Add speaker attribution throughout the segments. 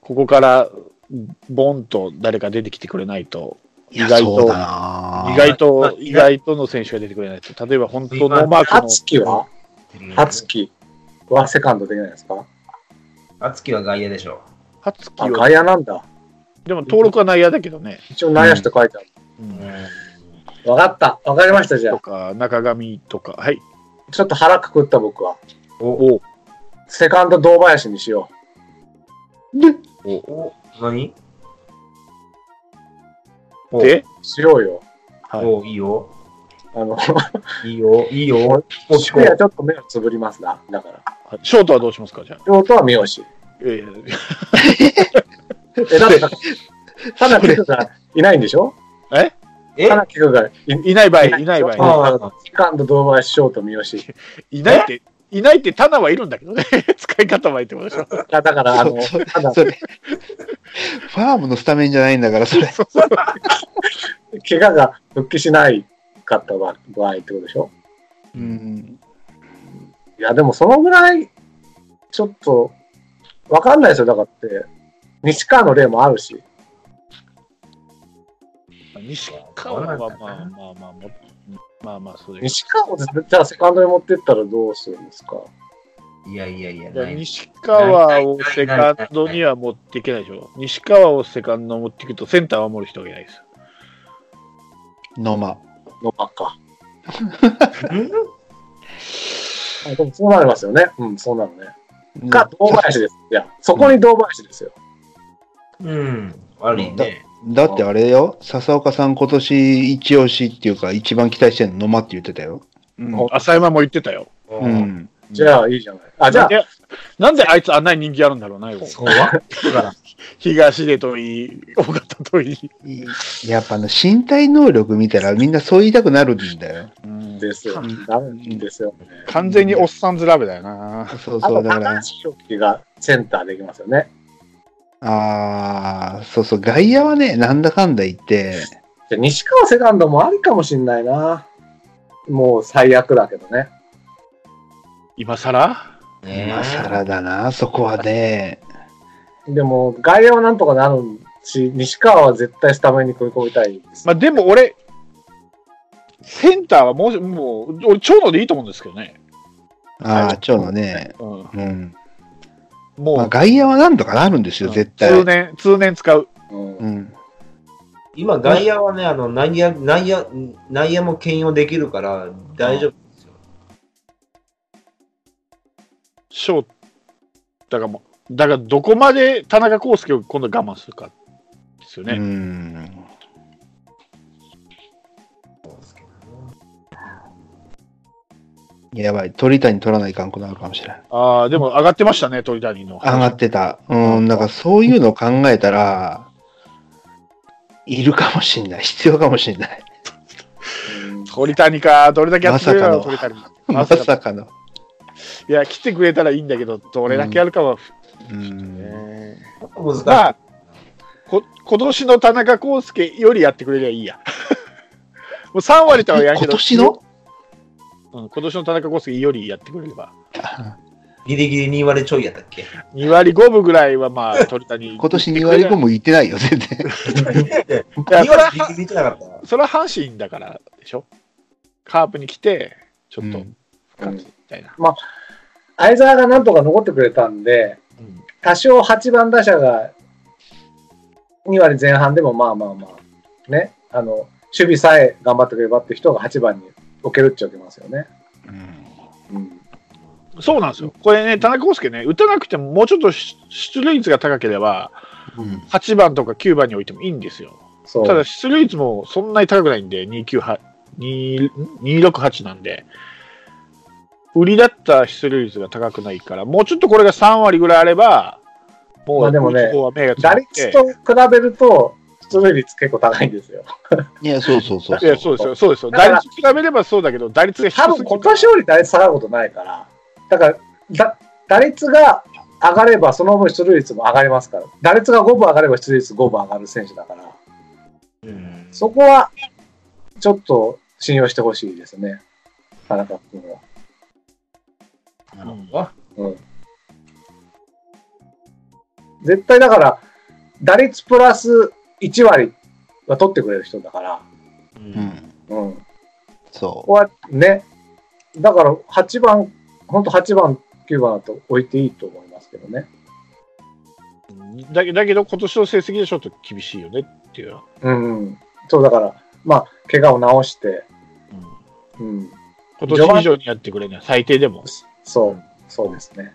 Speaker 1: ここから、ボンと誰か出てきてくれないと、
Speaker 2: い
Speaker 1: 意
Speaker 2: や、
Speaker 1: 外
Speaker 2: そう
Speaker 1: と
Speaker 2: だ、な
Speaker 1: 意外
Speaker 3: まあ
Speaker 1: と、意外との選手が出てくれないと、例えば本当、ノーマークの
Speaker 4: 初期は
Speaker 3: うん
Speaker 4: 初期はセカンドできないですか
Speaker 3: 敦樹は外野でしょ。
Speaker 1: 初期
Speaker 4: あ、
Speaker 1: は、
Speaker 4: 外野なんだ。
Speaker 1: でも登録は内野だけどね、
Speaker 4: 一応内野手と書いてある。わかった。わかりました、じ
Speaker 1: と
Speaker 4: ゃあ。
Speaker 1: か、中上とか、はい、
Speaker 4: ちょっと腹くくった僕は。
Speaker 1: お
Speaker 4: セカンド堂林にしよ
Speaker 3: お何
Speaker 1: おで、
Speaker 4: う。しようよ。
Speaker 1: はい
Speaker 3: おいいよ。
Speaker 4: あの、
Speaker 3: いいよ。いいよ。もうしこ
Speaker 4: 守備はちょっと目をつぶりますな。だから。
Speaker 1: ショートはどうしますか、じゃあ。
Speaker 4: ショートは三好。
Speaker 1: いやいや
Speaker 4: え、だって、 田中君がいないんでしょ
Speaker 3: え
Speaker 4: 田中君がい
Speaker 1: いない場合、いない場合、
Speaker 3: ああ
Speaker 4: セカンド堂林、ショート三好。
Speaker 1: いないって、いないって、タナはいるんだけどね、 使い方はいいってことでしょ。
Speaker 4: だだから、あ の、
Speaker 2: そう
Speaker 4: ただ
Speaker 2: それ、ファームのスタメンじゃないんだから、それ。
Speaker 4: 怪我が復帰しないかった場場合ってことでしょ
Speaker 2: うん。
Speaker 4: いや、でもそのぐらい、ちょっと、わかんないですよ。だからって、西川の例もあるし。
Speaker 1: 西川はまあまあまあまあ、まあまあ、そうです。
Speaker 4: 西川をじゃあセカンドに持ってったらどうするんですか
Speaker 3: いやいやいや、
Speaker 1: いや
Speaker 3: ない
Speaker 1: 西川をセカンドには持っていけないでしょ。西川をセカンドに持っていくとセンターを守る人がいないです。
Speaker 2: ノマ。
Speaker 4: のば っか。あでもそうなりますよね。うん、そうなるね。か、堂林です。いや、そこに堂林ですよ。
Speaker 3: うん。悪いね。
Speaker 2: だってあれよ、笹岡さん今年一押しっていうか、一番期待してるのノマって言ってたよ。うん。
Speaker 1: 浅山も言ってたよ。
Speaker 2: う
Speaker 3: うん。
Speaker 2: ん。
Speaker 4: じゃあ、いいじゃない。あ、じゃあ、
Speaker 1: なんでなんであいつあんなに人気あるんだろうな、よ
Speaker 3: そうはから。
Speaker 1: 東出といい、尾形といい。
Speaker 2: いやっぱあの身体能力見たらみんなそう言いたくなるんだよ。
Speaker 4: ですよ
Speaker 2: う。ん
Speaker 4: ダメですよね。
Speaker 1: 完全におっさんずラブだよな。
Speaker 2: そうそ
Speaker 4: あと、
Speaker 2: う、だか
Speaker 4: 高
Speaker 2: ら、
Speaker 4: 橋宏樹がセンターできますよね。
Speaker 2: ああ、そうそう、外野はね、なんだかんだ言って、
Speaker 4: じゃあ西川セカンドもありかもしんないな。もう最悪だけどね。
Speaker 1: 今更
Speaker 3: ね
Speaker 2: 今更だな、そこはね。
Speaker 4: でも、外野はなんとかなるし、西川は絶対スタメンに食い込みたいです。
Speaker 1: まあでも俺、センターはもう、もう、俺、長野でいいと思うんですけどね。
Speaker 2: ああ、蝶のね、
Speaker 1: うん、
Speaker 2: うん。
Speaker 1: もう、
Speaker 2: まあ、外野はなんとかなるんですよ、絶対。
Speaker 1: 通年、通年使う。
Speaker 4: うん
Speaker 2: うん。
Speaker 3: 今、外野はね、あの内野内野、内野も兼用できるから大丈夫ですよ。
Speaker 1: ショーだからもう、だからどこまで田中康介を今度我慢するかですよ
Speaker 2: う
Speaker 1: ね。
Speaker 2: ん。やばい、鳥谷取らないかんくなるかもしれない。
Speaker 1: ああ、でも上がってましたね、鳥谷の。
Speaker 2: 上がってた。うん、だからそういうのを考えたら、いるかもしんない。必要かもしんない。
Speaker 1: 鳥谷か、どれだけやってくれるの
Speaker 2: ま
Speaker 1: 鳥
Speaker 2: さか
Speaker 1: 谷。
Speaker 2: ま
Speaker 1: ま
Speaker 2: さ
Speaker 1: さ
Speaker 2: か
Speaker 1: か
Speaker 2: の。
Speaker 1: いや、来てくれたらいいんだけど、どれだけやるかは。
Speaker 2: うん。
Speaker 3: 難しい。
Speaker 1: まあ、こ今年の田中康介よりやってくれりゃいいや。 もう3割とはやるけど、
Speaker 2: 今年の
Speaker 1: うん、今年の田中康介よりやってくれれば。
Speaker 3: ギリギリ2割ちょいやったっけ
Speaker 1: 2割5分ぐらいは、まあ、鳥谷。
Speaker 2: 今年2割5もいってないよ、全然。
Speaker 3: ?2
Speaker 1: いやそれは
Speaker 3: 割ギリギリじゃなかった。
Speaker 1: それは阪神だからでしょ。カープに来て、ちょっと、
Speaker 2: う
Speaker 1: み
Speaker 2: ん
Speaker 4: うん
Speaker 1: たいな。
Speaker 4: 相沢がなんとか残ってくれたんで、
Speaker 1: うん
Speaker 4: 多少8番打者が2割前半でもまあまあまあ、ね、あの、守備さえ頑張ってくればって人が8番に置けるっちゃ置けますよね。うん。
Speaker 1: そうなんですよ。これね、田中康介ね、打たなくても、もうちょっとし出塁率が高ければ、
Speaker 2: うん
Speaker 1: 8番とか9番に置いてもいいんですよ。
Speaker 4: そう。
Speaker 1: ただ、出塁率もそんなに高くないんで、298 2 268なんで、売りだった出塁率が高くないから、もうちょっとこれが3割ぐらいあれば、も
Speaker 4: まあ
Speaker 1: う、
Speaker 4: でもね
Speaker 1: ここは目がつ
Speaker 4: 打
Speaker 1: い
Speaker 4: 率
Speaker 1: て。
Speaker 4: と比べると、出塁率結構高いんですよ。
Speaker 2: いや、そうそうそう
Speaker 1: いや、そうですよ、そうですよ。
Speaker 4: だか
Speaker 1: 打
Speaker 4: ら
Speaker 1: 率比べればそうだけど、打率が低す
Speaker 4: 多
Speaker 1: ぎる
Speaker 4: 分今年より打率下がることないから、だからだ打率が上がれば、その分出塁率も上がりますから、打率が5分上がれば出塁率5分上がる選手だから、
Speaker 3: うん
Speaker 4: そこはちょっと信用してほしいですね、田中君は。
Speaker 3: なるほど。
Speaker 4: うん絶対だから、打率プラス1割は取ってくれる人だから、
Speaker 3: うん
Speaker 2: うん。
Speaker 4: うん。こ
Speaker 2: そ
Speaker 4: こはね、だから8番、本当8番、9番だと置いていいと思いますけどね。
Speaker 1: だけだけど、今年の成績でちょっと厳しいよねっていう。
Speaker 4: うん。そうだから、まあ、怪我を治して、うん。
Speaker 1: 今年以上にやってくれない、最低でも。
Speaker 4: そう、そうですね。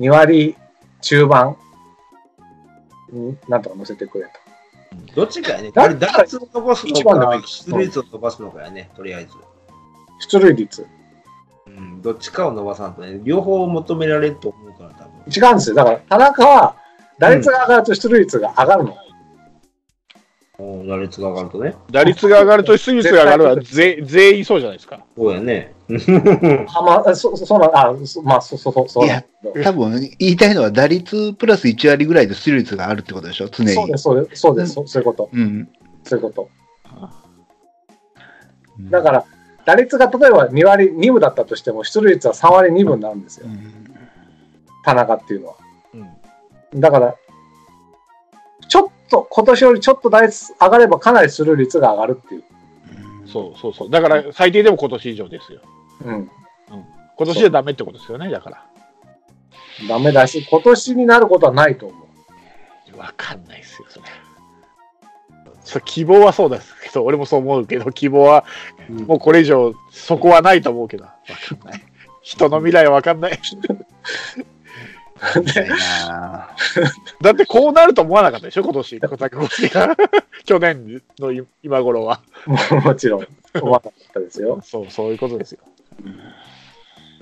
Speaker 4: 2割中盤になんとか乗せてくれと。
Speaker 3: どっちかやね。
Speaker 4: だ
Speaker 3: あれ、打率を残すの
Speaker 4: 一番でもい
Speaker 3: か
Speaker 4: い、
Speaker 3: 出塁率を伸ばすのかやね、とりあえず。
Speaker 4: 出塁率。
Speaker 3: うん、どっちかを伸ばさんとね、両方求められると思うから、多分。
Speaker 4: 違うんですよ。だから、田中は、打率が上がると出塁率が上がるの。
Speaker 3: おー打率が上がるとね。
Speaker 1: 打率が上がると、出率が上がるはぜ全員そうじゃないですか。
Speaker 3: そうやね。
Speaker 4: あまあ、そそそうなんあ、そまあ、そうそうそうそう
Speaker 2: い
Speaker 4: なん
Speaker 2: や
Speaker 4: ですけど
Speaker 2: う。多分、言いたいのは打率プラス1割ぐらいで出塁率があるってことでしょ、常に。
Speaker 4: そうです、そうです、そうです、そうそういうこと、
Speaker 2: うん。
Speaker 4: そういうこと。
Speaker 2: うん
Speaker 4: だから、打率が例えば2割2分だったとしても、出塁率は3割2分になるんですよ
Speaker 2: う、ん
Speaker 4: 田中っていうのは。
Speaker 1: うん
Speaker 4: だから、ちょっと、今年よりちょっと打率上がれば、かなり出塁率が上がるっていう。
Speaker 1: そうそうそう。だから、最低でも今年以上ですよ。
Speaker 4: うん。
Speaker 1: 今年じゃダメってことですよね、だから。
Speaker 4: ダメだし、今年になることはないと思う。
Speaker 1: わかんないですよ、それ。そう希望はそうですけど、俺もそう思うけど、希望は
Speaker 3: うん
Speaker 1: もうこれ以上、そこはないと思うけど、わかんない。 人の未来はわかんない。
Speaker 2: みたいな
Speaker 1: だってこうなると思わなかったでしょ、今年、 小竹浩二が。去年のい今頃は。
Speaker 4: ももちろん、思わなかったですよ。
Speaker 1: そう、そういうことですよ。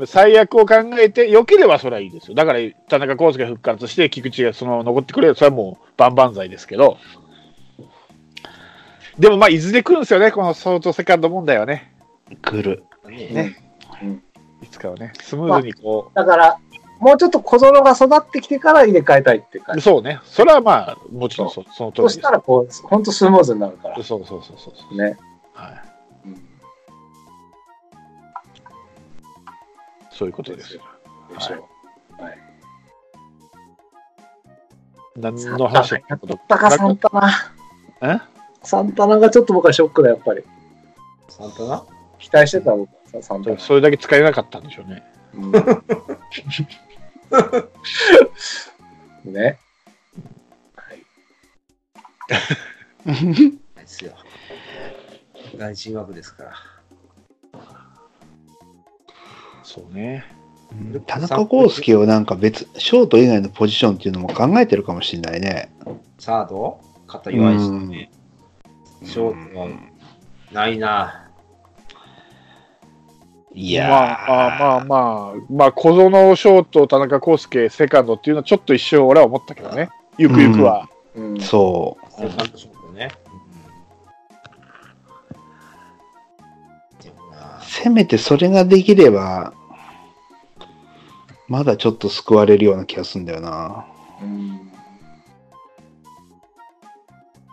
Speaker 1: 最悪を考えて、良ければそれはいいですよ。だから、田中康介復活して、菊池がそのまま残ってくれるそれはもう万々歳ですけど。でも、まあ、いずれ来るんですよね、このショートセカンド問題はね。
Speaker 2: 来る。
Speaker 3: ね。
Speaker 1: いつかはね、スムーズにこ
Speaker 4: だから、もうちょっと小園が育ってきてから入れ替えたいっていう
Speaker 1: う、
Speaker 4: 感じ。
Speaker 1: そうね、それはまあ、もちろんそその通り
Speaker 4: そ
Speaker 1: で
Speaker 4: し
Speaker 1: す。
Speaker 4: たら、こう、ほんとスムーズになるから。
Speaker 1: そうそうそうそう。
Speaker 4: ね。
Speaker 1: はい。
Speaker 4: うん
Speaker 1: そういうことですよ。
Speaker 4: でしょう
Speaker 1: 何の話だったこと
Speaker 4: だからサンタナ、
Speaker 1: え
Speaker 4: サンタナがちょっと僕はショックだ、やっぱり。
Speaker 3: サンタナ
Speaker 4: 期待してた僕はサンタナ。
Speaker 1: それだけ使えなかったんでしょうね。
Speaker 4: うんね。はい
Speaker 3: ですよ。内心枠ですから。
Speaker 1: そうね。
Speaker 2: うん田中康介をなんか別、ショート以外のポジションっていうのも考えてるかもしれないね。
Speaker 3: サード肩弱いし
Speaker 2: うん
Speaker 3: ね。ショートはないな。
Speaker 2: い
Speaker 1: ま
Speaker 2: やー
Speaker 1: あ、まあまあ、まあ、小園ショート、田中康介、セカンドっていうのはちょっと一瞬俺は思ったけどね。ゆくゆくは。
Speaker 4: うん
Speaker 2: そ
Speaker 3: セカンドショートね。うんでもな
Speaker 2: う。せめてそれができれば、まだちょっと救われるような気がするんだよな。
Speaker 4: うん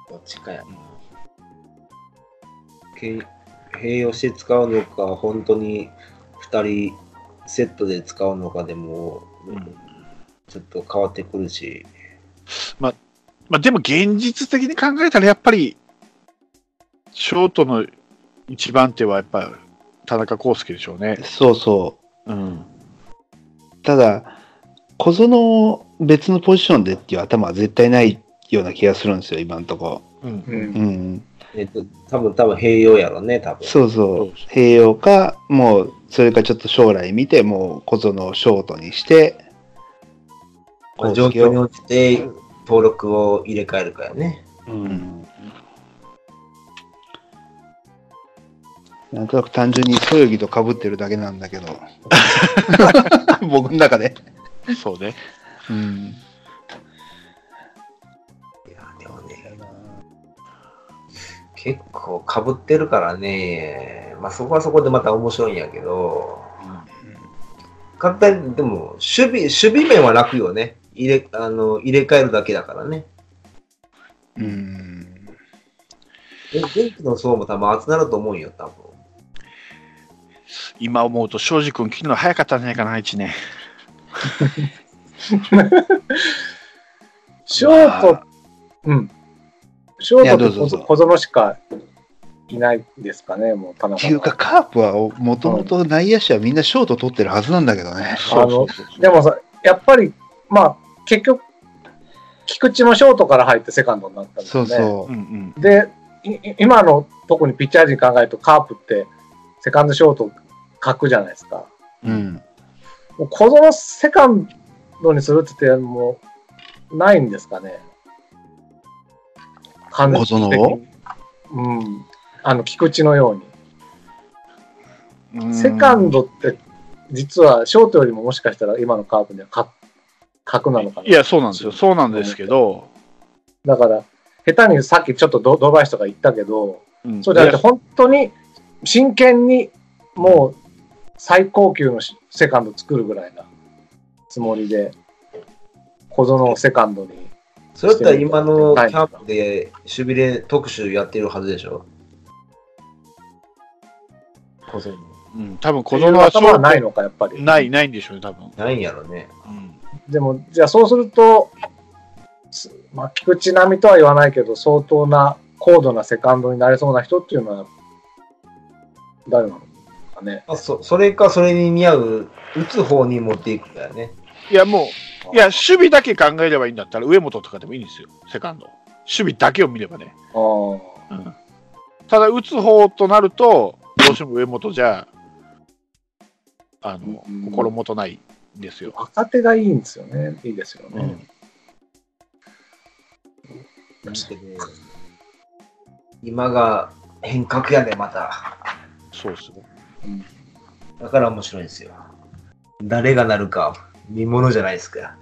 Speaker 3: どっちかやな。け併用して使うのか、本当に2人セットで使うのかでも、
Speaker 1: ん
Speaker 3: ちょっと変わってくるし、
Speaker 1: まあ、でも現実的に考えたらやっぱり、ショートの一番手はやっぱ田中康介でしょうね。
Speaker 2: そうそ
Speaker 1: うん。
Speaker 2: う。ただ、小園を別のポジションでっていう頭は絶対ないような気がするんですよ、今のとこ。
Speaker 1: うん。
Speaker 4: う
Speaker 2: うんん。
Speaker 3: えっと、多分多分併用やろね、多分。
Speaker 2: そうそ
Speaker 1: そう
Speaker 2: う
Speaker 1: で。
Speaker 2: 併用か、もう、それかちょっと将来見て、もう小園をショートにして、
Speaker 3: まあ状況に応じて登録を入れ替えるからね。
Speaker 2: うんなんとなく単純にそよぎとかぶってるだけなんだけ ど僕の中で、
Speaker 1: そうね。
Speaker 2: うん、
Speaker 3: いや、でもね、結構かぶってるからね、まあそこはそこでまた面白いんやけど、簡単に、でも、守備、守備面は楽よね。入れ、あの、入れ替えるだけだからね。
Speaker 2: うん、
Speaker 3: で元気の層も多分集まると思うよ、多分。
Speaker 1: 今思うと庄司君切るの早かったんじゃないかな、1年。
Speaker 4: ショート、
Speaker 2: まあ
Speaker 4: うん。ショ
Speaker 2: いや
Speaker 4: ー
Speaker 2: ど
Speaker 4: ト
Speaker 2: うぞどう
Speaker 4: と
Speaker 2: ぞ
Speaker 4: 小園しかいないですかね、もう田中は
Speaker 2: っていうか、カープはもともと内野手はみんなショート取ってるはずなんだけどね。
Speaker 1: そうそうそうそう
Speaker 4: でもさ、やっぱり、まあ、結局、菊池もショートから入ってセカンドになったんです
Speaker 2: そ
Speaker 4: よ
Speaker 2: う
Speaker 4: ね。
Speaker 2: そ
Speaker 1: うんうん。
Speaker 4: で、いい今の特にピッチャー陣考えると、カープってセカンドショート格じゃないですか。
Speaker 2: う。うん。
Speaker 4: もう小園セカンドにするって言って、もう、ないんですかね。完
Speaker 2: 小園を
Speaker 4: うん。あの、菊池のように。セカンドって、実はショートよりももしかしたら今のカープには格格なのかない
Speaker 1: や、そうなんですよ。そうなんですけど、
Speaker 4: だから、下手にさっきちょっとドドバイスとか言ったけど、
Speaker 1: うん
Speaker 4: そうじゃなく
Speaker 1: い
Speaker 4: て
Speaker 1: や
Speaker 4: 本当に真剣にもう最高級のしセカンド作るぐらいなつもりで、小園をセカンドに。
Speaker 3: それだったら今のキャンプで守備で特集やってるはずでしょ。小園
Speaker 1: うん多分小園はシ
Speaker 4: 頭
Speaker 1: ョ
Speaker 4: は
Speaker 1: ー
Speaker 4: ないのか、やっぱ
Speaker 1: ト
Speaker 4: り。
Speaker 1: ない、ないんでしょうね、多分。
Speaker 3: ないんやろね。
Speaker 4: でも、じゃあそうすると、すまあ、菊池並みとは言わないけど、相当な高度なセカンドになれそうな人っていうのは、誰なのかね。
Speaker 3: まあ、そそれかそれに似合う打つ方に持っていくんだよね。
Speaker 1: いや、もう、いや、守備だけ考えればいいんだったら、上本とかでもいいんですよ、セカンド。守備だけを見ればね。
Speaker 4: あー
Speaker 1: ただ、打つ方となると、どうしても上本じゃ、あの
Speaker 4: うん、
Speaker 1: 心もとないんですよ。
Speaker 4: 若手がいいんですよね。いいですよね。
Speaker 3: 今が変革やね、また。
Speaker 1: そうですね。
Speaker 3: だから面白いんですよ。誰がなるか見ものじゃないですか。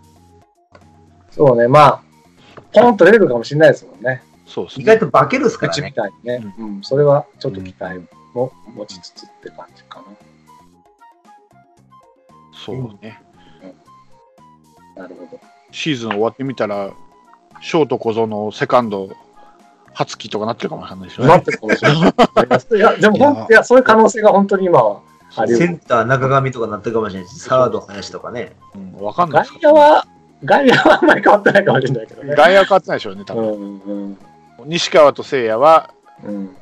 Speaker 4: そうね、まあ、ポンと出てくるかもしれないですもんね。
Speaker 1: そうです
Speaker 3: 意外
Speaker 1: ね。
Speaker 3: と化けるっすから
Speaker 4: 口み
Speaker 3: ね。
Speaker 4: たいにね。うん、それはちょっと期待も持ちつつって感じか
Speaker 1: そうね。
Speaker 4: な。なるほど。
Speaker 1: シーズン終わってみたら、ショート小園、セカンド、初期とかなってるかもしれないですよ
Speaker 4: 待
Speaker 1: ね
Speaker 4: っ。てるかもしれない。いや、でも本当、いや、そういう可能性が本当に今はあり
Speaker 3: セ
Speaker 4: 得
Speaker 3: ン
Speaker 4: る。
Speaker 3: ター中上とかなってるかもしれないし、サード林とかね。
Speaker 1: うんわかんない
Speaker 4: 外
Speaker 1: ですけ
Speaker 4: 野
Speaker 1: ど
Speaker 4: は、外野はあんまり変わってないかもしれないけどね。
Speaker 1: 外野は変わってないでしょうね、多
Speaker 4: う
Speaker 1: 分。
Speaker 4: んうん
Speaker 1: 西川と聖也は
Speaker 4: うん。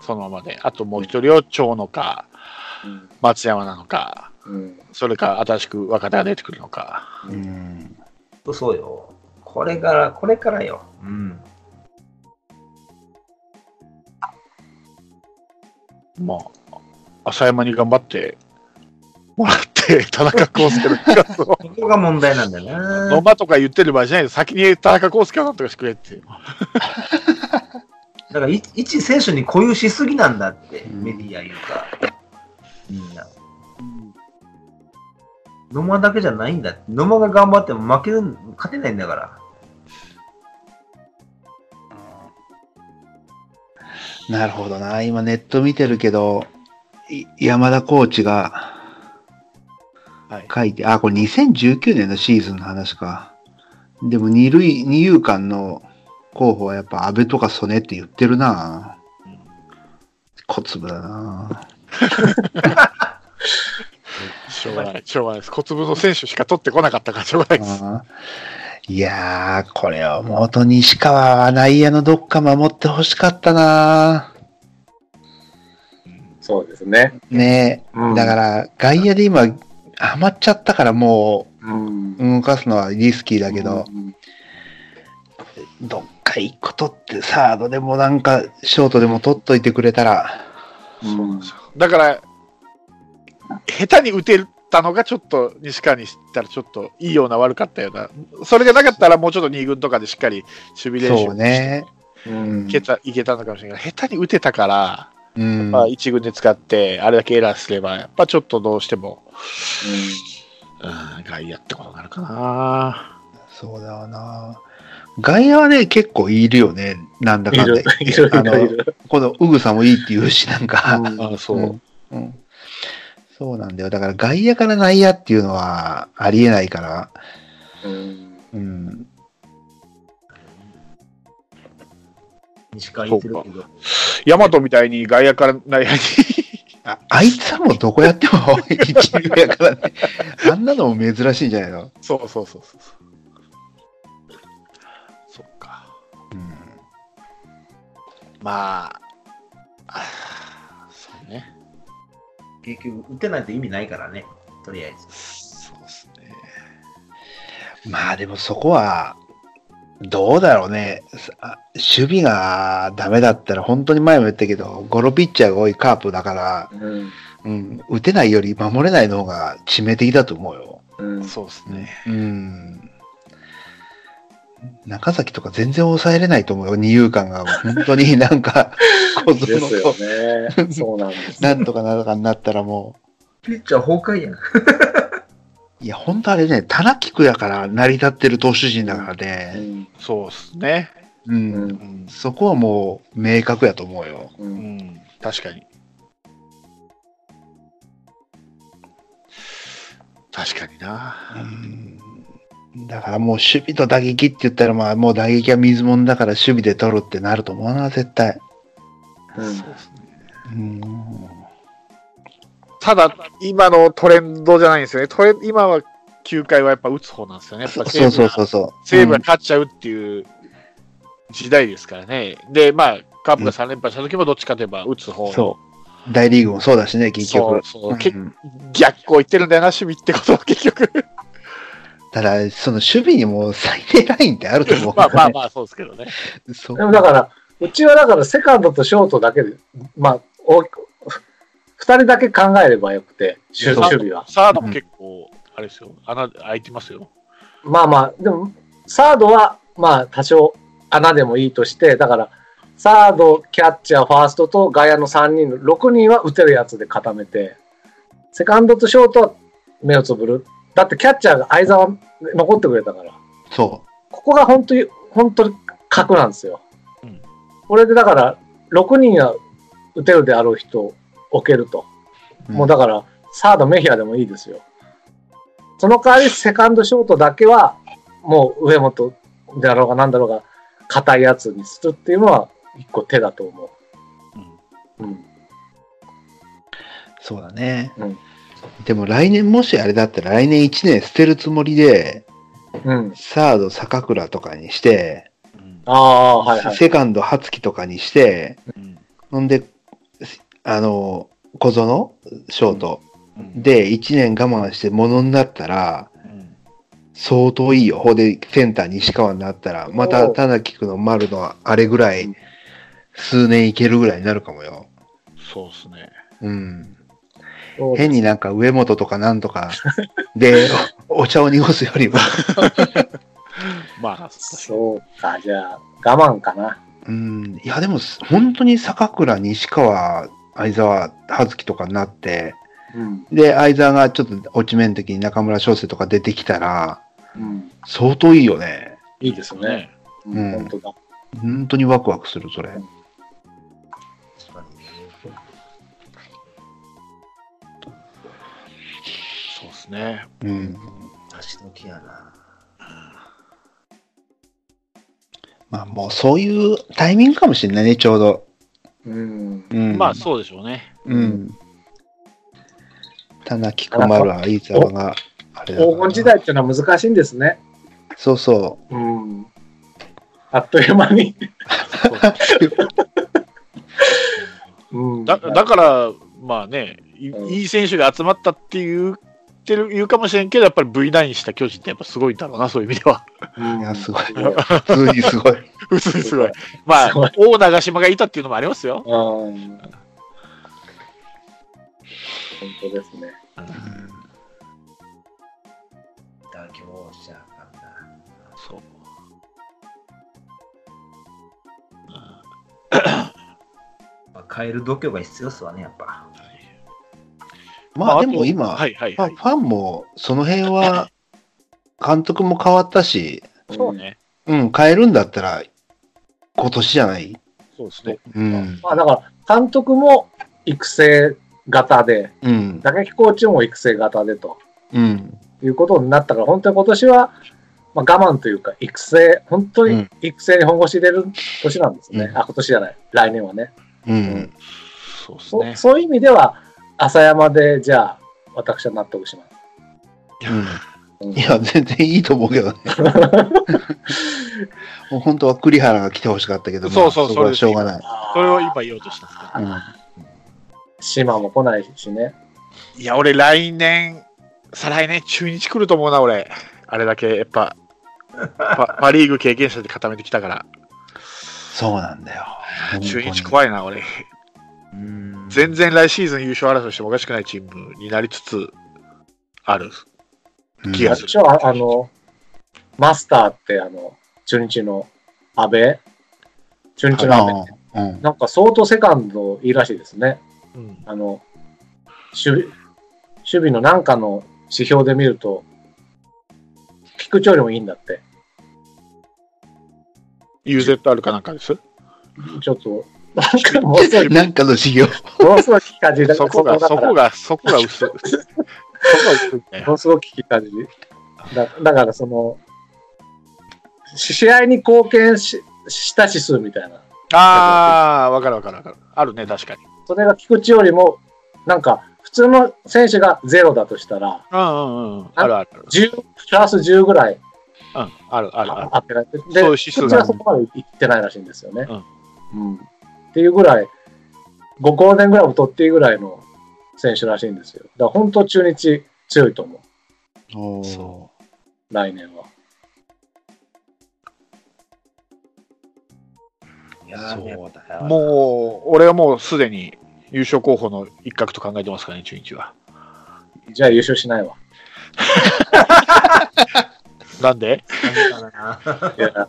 Speaker 1: そのままで、あともう一人を長野か、
Speaker 4: うん
Speaker 1: 松山なのか、
Speaker 4: うん。
Speaker 1: それか新しく若手が出てくるのか。
Speaker 2: うん。
Speaker 3: そうそうよ。これから、これからよ。うん。
Speaker 1: まあ、浅山に頑張ってもらって、田中康介の復活を。
Speaker 3: ここが問題なんだよ
Speaker 1: 野
Speaker 3: な。
Speaker 1: 間とか言ってる場合じゃないです。先に田中康介をなんとかしてくれっていう。
Speaker 3: だから、い一選手に固有しすぎなんだって、
Speaker 2: うん
Speaker 3: メディアいうか。みんな。野間だけじゃないんだって。野間が頑張っても負ける、勝てないんだから。
Speaker 2: なるほどな。今ネット見てるけど、い山田コーチが
Speaker 1: はい
Speaker 2: 書いて、あ、これ2019年のシーズンの話か。でも二塁、二遊間の候補はやっぱ安倍とか曽根って言ってるな。小粒だな。
Speaker 1: しょうがない、しょうがないです。小粒の選手しか取ってこなかったからしょうがないです。
Speaker 2: あーいやー、これをもうと西川は内野のどっか守ってほしかったな。
Speaker 4: そうですね。
Speaker 2: ねえ、
Speaker 4: うん
Speaker 2: だから外野で今、ハマっちゃったからも
Speaker 4: うん
Speaker 2: う動かすのはリスキーだけど、
Speaker 4: うん
Speaker 2: どっか一個取って、サードでもなんか、ショートでも取っといてくれたら、
Speaker 1: そうなんですよだから、下手に打てたのがちょっと西川にしたらちょっといいような悪かったような、それがなかったらもうちょっと2軍とかでしっかり守備練習
Speaker 2: そうね。
Speaker 4: う
Speaker 2: うんん
Speaker 1: いけた,、いけたのかもしれないけど、下手に打てたから、
Speaker 2: うん
Speaker 1: まあ、1軍で使って、あれだけエラーすれば、やっぱちょっとどうしても、うん、外野ってことになるかな。
Speaker 2: そうだよな。外野はね、結構いるよね、なんだ
Speaker 4: い
Speaker 2: かん
Speaker 4: る
Speaker 2: だ。
Speaker 4: いろい
Speaker 2: あ
Speaker 4: ろい
Speaker 2: の、
Speaker 4: る。
Speaker 2: この、うぐさもいいって言うし、なんか、
Speaker 4: うん
Speaker 1: あそう、
Speaker 2: うんうんそうなんだよ。だから外野から内野っていうのはありえないから、
Speaker 4: うん
Speaker 2: うん、
Speaker 3: 西川言ってるけど。
Speaker 1: 大和みたいに外野から内野に
Speaker 2: ああいつはもうどこやっても一流やから ね。あんなのも珍しいんじゃないの
Speaker 1: そうそうそうそう。まああー、そうね。
Speaker 3: 結局、打てないと意味ないからね、とりあえず。
Speaker 1: そうですね。
Speaker 2: まあでもそこは、どうだろうね。さ守備がダメだったら、本当に前も言ったけど、ゴロピッチャーが多いカープだから、
Speaker 4: うん。
Speaker 2: うん、打てないより守れないの方が致命的だと思うよ。
Speaker 4: うん。
Speaker 1: そうですね。
Speaker 2: うん。中崎とか全然抑えれないと思うよ。二遊間が本当に なんか、小僧
Speaker 4: です
Speaker 2: の
Speaker 4: よ
Speaker 2: 子、
Speaker 4: ね。そうなんです。
Speaker 2: なんとかなんとかになったらも
Speaker 3: ピッチャー崩壊やん。
Speaker 2: う、いや、本当あれね、田中菊やから成り立ってる投手陣だから
Speaker 4: う
Speaker 2: ね、
Speaker 4: ん。
Speaker 1: そうですね。
Speaker 2: う、
Speaker 4: うんん。
Speaker 1: うん。
Speaker 2: そこはもう明確やと思うよ。
Speaker 4: う。
Speaker 1: うんん、確かに。確かにな。
Speaker 2: うんだからもう守備と打撃って言ったら、まあもう打撃は水物だから守備で取るってなると思うな、絶対。
Speaker 4: うん
Speaker 1: そうっすね
Speaker 2: うん、
Speaker 1: ただ、今のトレンドじゃないんですよね。トレ今は球界はやっぱ打つ方なんですよね。やっ
Speaker 2: そ
Speaker 1: ぱ
Speaker 2: うそうそうそううそう。
Speaker 1: 西武が勝っちゃうっていう時代ですからね。で、まあ、カープが3連覇した時もどっちかといえば打つ方
Speaker 2: う
Speaker 1: の
Speaker 2: んそう。大リーグもそうだしね、結
Speaker 1: そ
Speaker 2: 局
Speaker 1: う。そう結
Speaker 2: うん
Speaker 1: 逆行言ってるんだよな、守備ってことは結局。
Speaker 2: ただ、その守備にも最低ラインってあると思う
Speaker 1: ま
Speaker 2: か
Speaker 1: あま
Speaker 2: ら
Speaker 1: あ
Speaker 2: ね。
Speaker 1: まあ、そうですけどね。
Speaker 2: そう
Speaker 4: でもだから、うちはだからセカンドとショートだけで、まあ、お二人だけ考えればよくて、しゅ
Speaker 1: そう
Speaker 4: 守備は。
Speaker 1: サードも結構、あれですよ。穴開いてますよ。
Speaker 4: まあまあ、でも、サードは、まあ、多少穴でもいいとして、だから、サード、キャッチャー、ファーストと外野の3人、6人は打てるやつで固めて、セカンドとショートは目をつぶる。だってキャッチャーが相沢残ってくれたから。
Speaker 2: そ
Speaker 4: ここが本当に、本当に核なんですよ。
Speaker 1: うん
Speaker 4: これでだから、6人が打てるであろう人を置けると。
Speaker 2: う。
Speaker 4: もうだから、サード、メヒアでもいいですよ。その代わり、セカンド、ショートだけは、もう上本だろうがなんだろうが、硬いやつにするっていうのは、一個手だと思う。うん。
Speaker 2: そうだね、
Speaker 4: うん
Speaker 2: でも来年もしあれだったら来年1年捨てるつもりで、
Speaker 4: うん。
Speaker 2: サード坂倉とかにして、
Speaker 1: うん
Speaker 4: ああ、はいはい。
Speaker 2: セカンド葉月とかにして、
Speaker 1: うん
Speaker 2: ほんで、あの、小園、ショート、
Speaker 1: うん
Speaker 2: で1年我慢してものになったら、
Speaker 1: うん
Speaker 2: 相当いいよ。ほんで、センター西川になったら、また田中君の丸のあれぐら
Speaker 4: う
Speaker 2: い
Speaker 4: ん、
Speaker 2: 数年いけるぐらいになるかもよ。
Speaker 1: そうですね。
Speaker 2: うん。
Speaker 4: そうです
Speaker 2: 変になんか上本とかなんとかで、 おお茶を濁すよりも、
Speaker 1: まあ、
Speaker 4: そうか、じゃあ、我慢かな。
Speaker 2: うん。いや、でも、本当に坂倉、西川、相沢、葉月とかになって、
Speaker 4: うん。
Speaker 2: で、相沢がちょっと落ち目の時に中村翔成とか出てきたら、
Speaker 4: うん。
Speaker 2: 相当いいよね。
Speaker 4: いいですね。。うん
Speaker 2: うん
Speaker 4: 本当だ。
Speaker 2: 本当にワクワクする、それ。
Speaker 1: そうですね。
Speaker 2: うん。
Speaker 3: 足の気やな。
Speaker 2: まあ、もうそういうタイミングかもしれないね、ちょうど。
Speaker 4: うん。
Speaker 2: うん、
Speaker 1: まあ、そうでしょう ね。
Speaker 2: うん。田中小丸は飯沢があれだから
Speaker 4: 黄金時代っていうのは難しいんですね。
Speaker 2: そうそ
Speaker 4: うん。あっという間に。うん。
Speaker 1: だだから、まあね、い
Speaker 4: うん
Speaker 1: いい選手が集まったって言ってる言うかもしれんけど、やっぱり V9 した巨人ってやっぱすごいんだろうな、そういう意味では。
Speaker 4: うん
Speaker 2: いやすごい普通にすごい。
Speaker 1: 普通にすごい。まあ
Speaker 4: すごい、
Speaker 1: 王長島がいたっていうのもありますよ。
Speaker 4: うん。本当ですね。
Speaker 3: 妥協しちゃあかんな。
Speaker 1: そう。
Speaker 3: まあ、変える度胸が必要っすわね、やっぱ。
Speaker 2: まあでも
Speaker 1: と
Speaker 2: 今、
Speaker 1: はいはい
Speaker 2: まあ
Speaker 1: は
Speaker 2: フ
Speaker 1: い。
Speaker 2: ァンもその辺は監督も変わったし、
Speaker 1: そうね。
Speaker 2: うん、変えるんだったら今年じゃない
Speaker 1: そうですね。
Speaker 2: うん。
Speaker 4: まあだから、監督も育成型で、
Speaker 2: うん。
Speaker 4: 打撃コーチも育成型でと
Speaker 2: うん。
Speaker 4: いうことになったから、本当に今年は、まあ、我慢というか、育成、本当
Speaker 2: う
Speaker 4: に
Speaker 2: ん
Speaker 4: 育成に本腰入れる年なんですね。
Speaker 2: うん
Speaker 4: あ、今年じゃない。来年はね。
Speaker 2: うん。
Speaker 1: そうです
Speaker 4: そ
Speaker 1: ね。
Speaker 4: そういう意味では、朝山で、じゃあ、私は納得します。
Speaker 2: うんいや、全然いいと思うけ どね。もう本当は栗原が来てほしかったけど、まあ
Speaker 1: そうそう
Speaker 2: そこはし
Speaker 1: そ
Speaker 2: ょ
Speaker 1: れ
Speaker 2: うがない。
Speaker 1: それを今言おうとしたんですけど
Speaker 2: うん
Speaker 4: 島も来ないしね。
Speaker 1: いや、俺、来年、再来年、中日来ると思うな、俺。あれだけ、やっ ぱ、パパ・リーグ経験者で固めてきたから、
Speaker 2: そうなんだよ。
Speaker 1: 中日
Speaker 2: い。
Speaker 1: 怖いな、俺。
Speaker 2: うん
Speaker 1: 全然来シーズン優勝争いしてもおかしくないチームになりつつある。気がする
Speaker 4: 私は、あの、マスターって、あの、中日の安倍中日の安倍、
Speaker 2: うんうん
Speaker 4: なんか相当セカンドいいらしいですね。
Speaker 1: うん、
Speaker 4: あの、守備、守備のなんかの指標で見ると、菊池よりもいいんだって。
Speaker 1: UZR かなんかです。
Speaker 4: ちょっと、なんかもうすごい、
Speaker 2: なんかの修行。
Speaker 4: ものすごい聞き感じだ
Speaker 1: そこが、
Speaker 4: だ
Speaker 1: そ
Speaker 4: から
Speaker 1: こが、そこが薄い。 そこが薄いね
Speaker 4: も。のすごく聞き感じ。だだから、その、し試合に貢献しした指数みたいな。
Speaker 1: ああ、わかるわかるわかる。あるね、確かに。
Speaker 4: それが菊池よりも、なんか、普通の選手がゼロだとしたら、
Speaker 1: うんうんうん。あるあるある。
Speaker 4: 10、プラス10ぐらい
Speaker 1: うん、あるあるある。
Speaker 4: あってない。で、
Speaker 1: そういう
Speaker 4: 菊
Speaker 1: 指数
Speaker 4: 池
Speaker 1: が
Speaker 4: はそこまでいってないらしいんですよね。うん。っていうぐらい、5ゴールデングラブ取っていいぐらいの選手らしいんですよ。だから本当中日強いと思う、
Speaker 2: おー
Speaker 1: そ
Speaker 4: 来年は。
Speaker 3: いや
Speaker 2: そうだよ
Speaker 3: う
Speaker 1: もう、俺はもうすでに優勝候補の一角と考えてますからね、中日は。
Speaker 4: じゃあ優勝しないわ。
Speaker 1: なんで
Speaker 4: いや、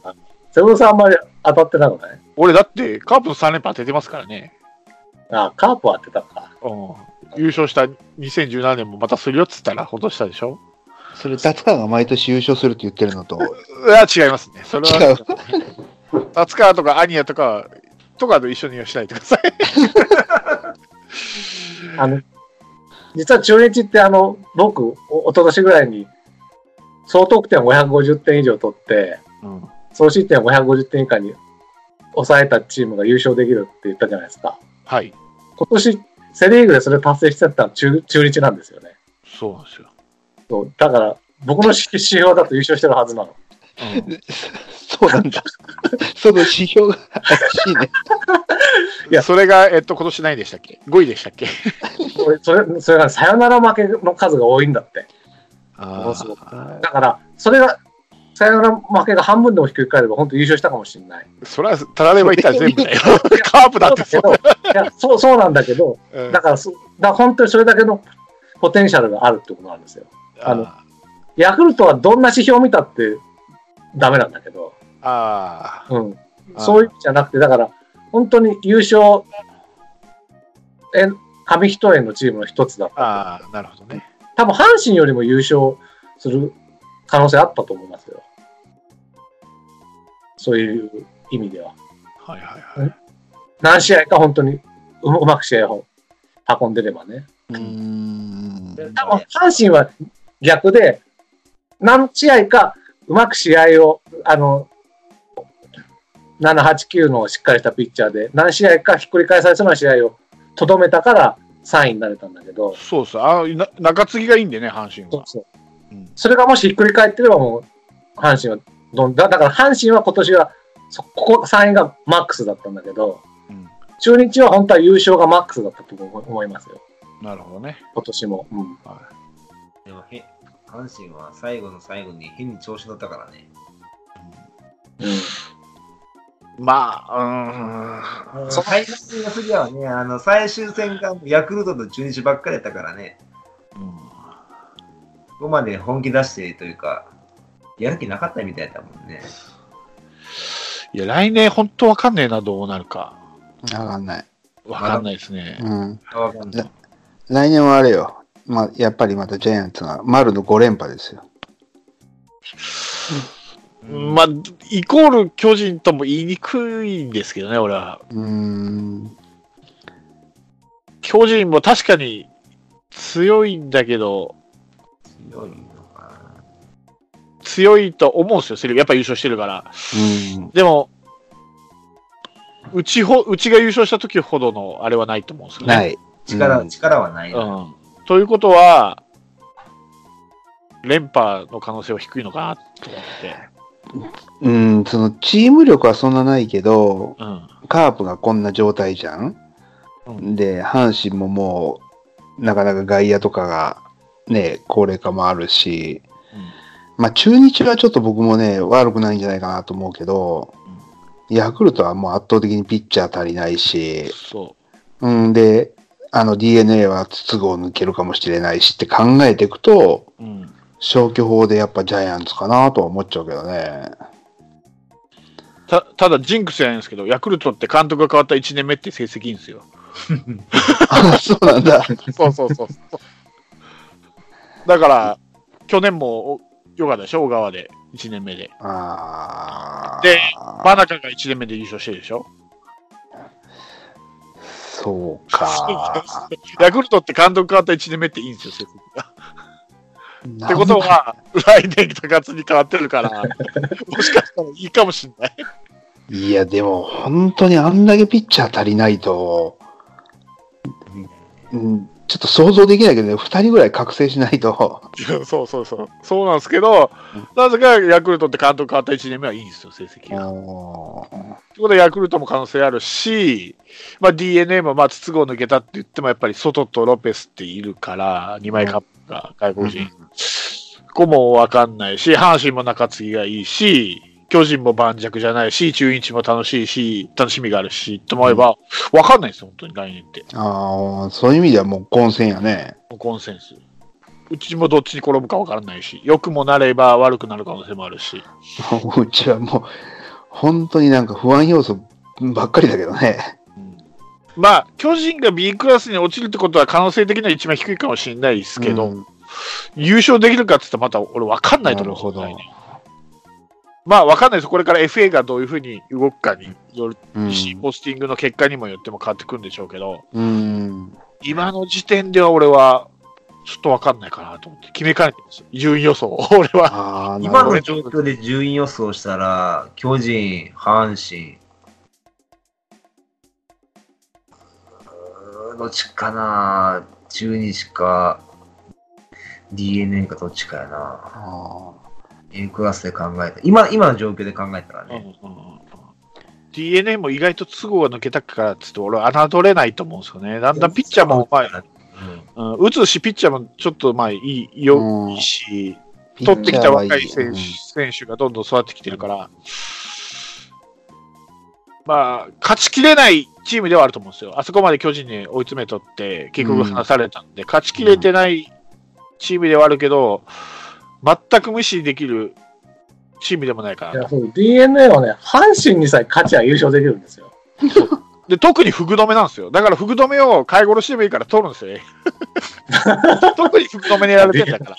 Speaker 4: セブンさんあんまり当たってなくない
Speaker 1: 俺だってカープの3連覇当ててますからね。
Speaker 4: あ、カープは当てたか。
Speaker 1: うん。優勝した2017年もまたするよっつったらほっとしたでしょ
Speaker 2: それ、達川が毎年優勝するって言ってるのと、
Speaker 1: うわ、違いますね。それ
Speaker 2: 違
Speaker 1: は
Speaker 2: う。
Speaker 1: 達川とかアニヤとかはとかと一緒にはしないでください。
Speaker 4: あの、実は中日ってあの、僕、お一昨年ぐらいに、総得点550点以上取って、
Speaker 1: うん。
Speaker 4: 総失点550点以下に抑えたチームが優勝できるって言ったじゃないですか。
Speaker 1: はい。
Speaker 4: 今年、セリーグでそれ達成しちゃったの中中日なんですよね。
Speaker 1: そうなんですよ。
Speaker 4: そうだから、僕の指標だと優勝してるはずなの。
Speaker 2: そうなん だ。その指標が怪しいね。
Speaker 1: い
Speaker 4: い
Speaker 1: や、
Speaker 4: や
Speaker 1: それが、えっと、今年何位でしたっけ ?5 位でしたっけ
Speaker 4: 俺それ、それがサヨナラ負けの数が多いんだって。
Speaker 1: あ
Speaker 4: ものすごく
Speaker 1: あ。
Speaker 4: だから、それが、サヨナラ負けが半分でもひっくり返れば、本当優勝したかもしれない。
Speaker 1: それは、たらればいったら全部 だよ。 カープだってそ
Speaker 4: そ
Speaker 1: う
Speaker 4: だけど、いやそうそうなんだけど、
Speaker 1: う。うん
Speaker 4: だからそ、だから本当にそれだけのポテンシャルがあるってことなんですよ。あの
Speaker 1: あ
Speaker 4: ヤクルトはどんな指標を見たってダメなんだけど、
Speaker 1: あ
Speaker 4: うん、
Speaker 1: ー。
Speaker 4: そういう意味じゃなくて、だから、本当に優勝、え紙一重のチームの一つだった。
Speaker 1: ああ、なるほどね。
Speaker 4: 多分、阪神よりも優勝する可能性あったと思いますよ。そういう意味では。
Speaker 1: はいはいはい。
Speaker 4: 何試合か本当にううまく試合を運んでればね。
Speaker 2: うーん。
Speaker 4: 多分阪神は逆で、何試合かうまく試合を、あの、7、8、9のしっかりしたピッチャーで、何試合かひっくり返されそうな試合をとどめたから3位になれたんだけど、
Speaker 1: そうそう。あな中継ぎがいいんでね、阪神
Speaker 4: そう
Speaker 1: は。
Speaker 4: そう
Speaker 1: うん
Speaker 4: それがもしひっくり返ってればもう、阪神はどんだ、だから阪神は今年は、そここ3位がマックスだったんだけど、
Speaker 1: うん
Speaker 4: 中日は本当は優勝がマックスだったと思思いますよ、
Speaker 1: なるほどね。
Speaker 4: 今年も。うん
Speaker 3: でもへ阪神は最後の最後に変に調子乗ったからね。
Speaker 1: まあ、うーん。
Speaker 4: そ
Speaker 3: 最終戦が次はね、あの最終戦がヤクルトと中日ばっかりやったからね、ここまで本気出してというか、やる気なかったみたいだもんね。
Speaker 1: いや、来年本当わかんねえな、どうなるか。
Speaker 2: わかんない。
Speaker 1: わかんないですね。
Speaker 2: うん。
Speaker 3: わかんない。
Speaker 2: 来年はあれよ。まあ、やっぱりまたジャイアンツが丸の5連覇ですよ。
Speaker 3: うん
Speaker 1: まあ、イコール巨人とも言いにくいんですけどね、俺は。
Speaker 2: うーん。
Speaker 1: 巨人も確かに強いんだけど、
Speaker 3: 強いのか
Speaker 1: 強いと思うんですよ、セリフ。やっぱ優勝してるから。
Speaker 2: うん。
Speaker 1: でも、うちほ、うちが優勝した時ほどのあれはないと思うんですよね。
Speaker 2: ない。
Speaker 3: な力
Speaker 2: う
Speaker 3: は
Speaker 2: ん
Speaker 3: 力はないな、
Speaker 1: うん。ということは、連覇の可能性は低いのかなと思って。
Speaker 2: うん、そのチーム力はそんなないけど、
Speaker 1: うん。
Speaker 2: カープがこんな状態じゃん。
Speaker 1: うん
Speaker 2: で、阪神ももう、なかなか外野とかが、ね、高齢化もあるし、まあ、中日はちょっと僕もね、悪くないんじゃないかなと思うけど、ヤクルトはもう圧倒的にピッチャー足りない
Speaker 1: うん、
Speaker 2: し、
Speaker 1: そ
Speaker 2: うんで、あの DNA は筒香を抜けるかもしれないしって考えていくと、
Speaker 1: う。うん。
Speaker 2: 消去法でやっぱジャイアンツかなとは思っちゃうけどね。
Speaker 1: たただ、ジンクスじゃないんですけど、ヤクルトって監督が変わった1年目って成績いいんですよ。
Speaker 2: あ、そうなんだ。
Speaker 1: そうそうそうそう。だから、去年もおよかったでしょ、小川で、1年目で。
Speaker 2: あー
Speaker 1: で真中が1年目で優勝してるでしょ。
Speaker 2: そうか。
Speaker 1: ヤクルトって監督変わった1年目っていいんですよ、成績が。っ
Speaker 2: っ
Speaker 1: てことは、来年高津に変わってる から、もしかしたらいいかもしれない。
Speaker 2: いや、でも、本当にあんだけピッチャー足りないと、うん、ちょっと想像できないけどね、2人ぐらい覚醒しないと、
Speaker 1: そうそうそう。そうなんですけど、なぜかヤクルトって監督変わった1年目はいいんですよ、成績
Speaker 2: あ
Speaker 1: が。
Speaker 2: の
Speaker 1: ということで、ヤクルトも可能性あるし、まあ、d n a もまあ筒香抜けたって言っても、やっぱり外とロペスっているから、2枚カップが外国人、ここも分かんないし、阪神も中継ぎがいいし、巨人も盤石じゃないし、中日も楽しいし、楽しみがあるし、と思えば、分かんないですよ、本当に来年って。
Speaker 2: あーそういう意味ではもう混戦やね。
Speaker 1: もうコンセンス。うちもどっちに転ぶか分からないし、良くもなれば悪くなる可能性もあるし、
Speaker 2: うちはもう、本当になんか不安要素ばっかりだけどね。
Speaker 1: まあ、巨人が B クラスに落ちるってことは可能性的には一番低いかもしれないですけど、
Speaker 2: うん
Speaker 1: 優勝できるかって言ったらまた俺分かんないと思うんですよ
Speaker 2: なるほど
Speaker 1: 来年まあ分かんないです。これから FA がどういうふうに動くかによる
Speaker 2: うん
Speaker 1: し、ポスティングの結果にもよっても変わってくるんでしょうけど、
Speaker 2: うん。
Speaker 1: 今の時点では俺はちょっと分かんないかなと思って決めかねてます。順位予想を俺は。
Speaker 2: ああ、なる
Speaker 3: 今
Speaker 2: ほど
Speaker 3: の状況で順位予想したら、巨人、阪神、うーんどっちかな、中日か、DNA かどっちかやな、
Speaker 2: あ
Speaker 3: A クラスで考えた、今今の状況で考えたらね、
Speaker 1: d n a も意外と都合が抜けたからっつって俺は侮れないと思うんですよね。だんだんピッチャーもうまい、
Speaker 3: うん
Speaker 1: うん、打つしピッチャーもちょっとまあいい
Speaker 2: ー
Speaker 1: よ、
Speaker 2: うん
Speaker 1: いいし、
Speaker 2: ピ
Speaker 1: 取っ
Speaker 2: ッ
Speaker 1: て
Speaker 2: チ
Speaker 1: き
Speaker 2: ャ
Speaker 1: た
Speaker 2: ーはいい
Speaker 1: 若い選手,、選手がどんどん育ってきてるから、まあ、勝ちきれないチームではあると思うんですよ。あそこまで巨人に追い詰めとって、結局離されたんで、勝ちきれてないチームではあるけど、全く無視できるチームでもないか
Speaker 4: い
Speaker 1: なと。
Speaker 4: やそう DNA はね、阪神にさえ勝ちゃ優勝できるんですよ。
Speaker 1: で、特に福留めなんですよ。だから福留を買い殺しでもいいから取るんです よね。特に福留にやられてんだか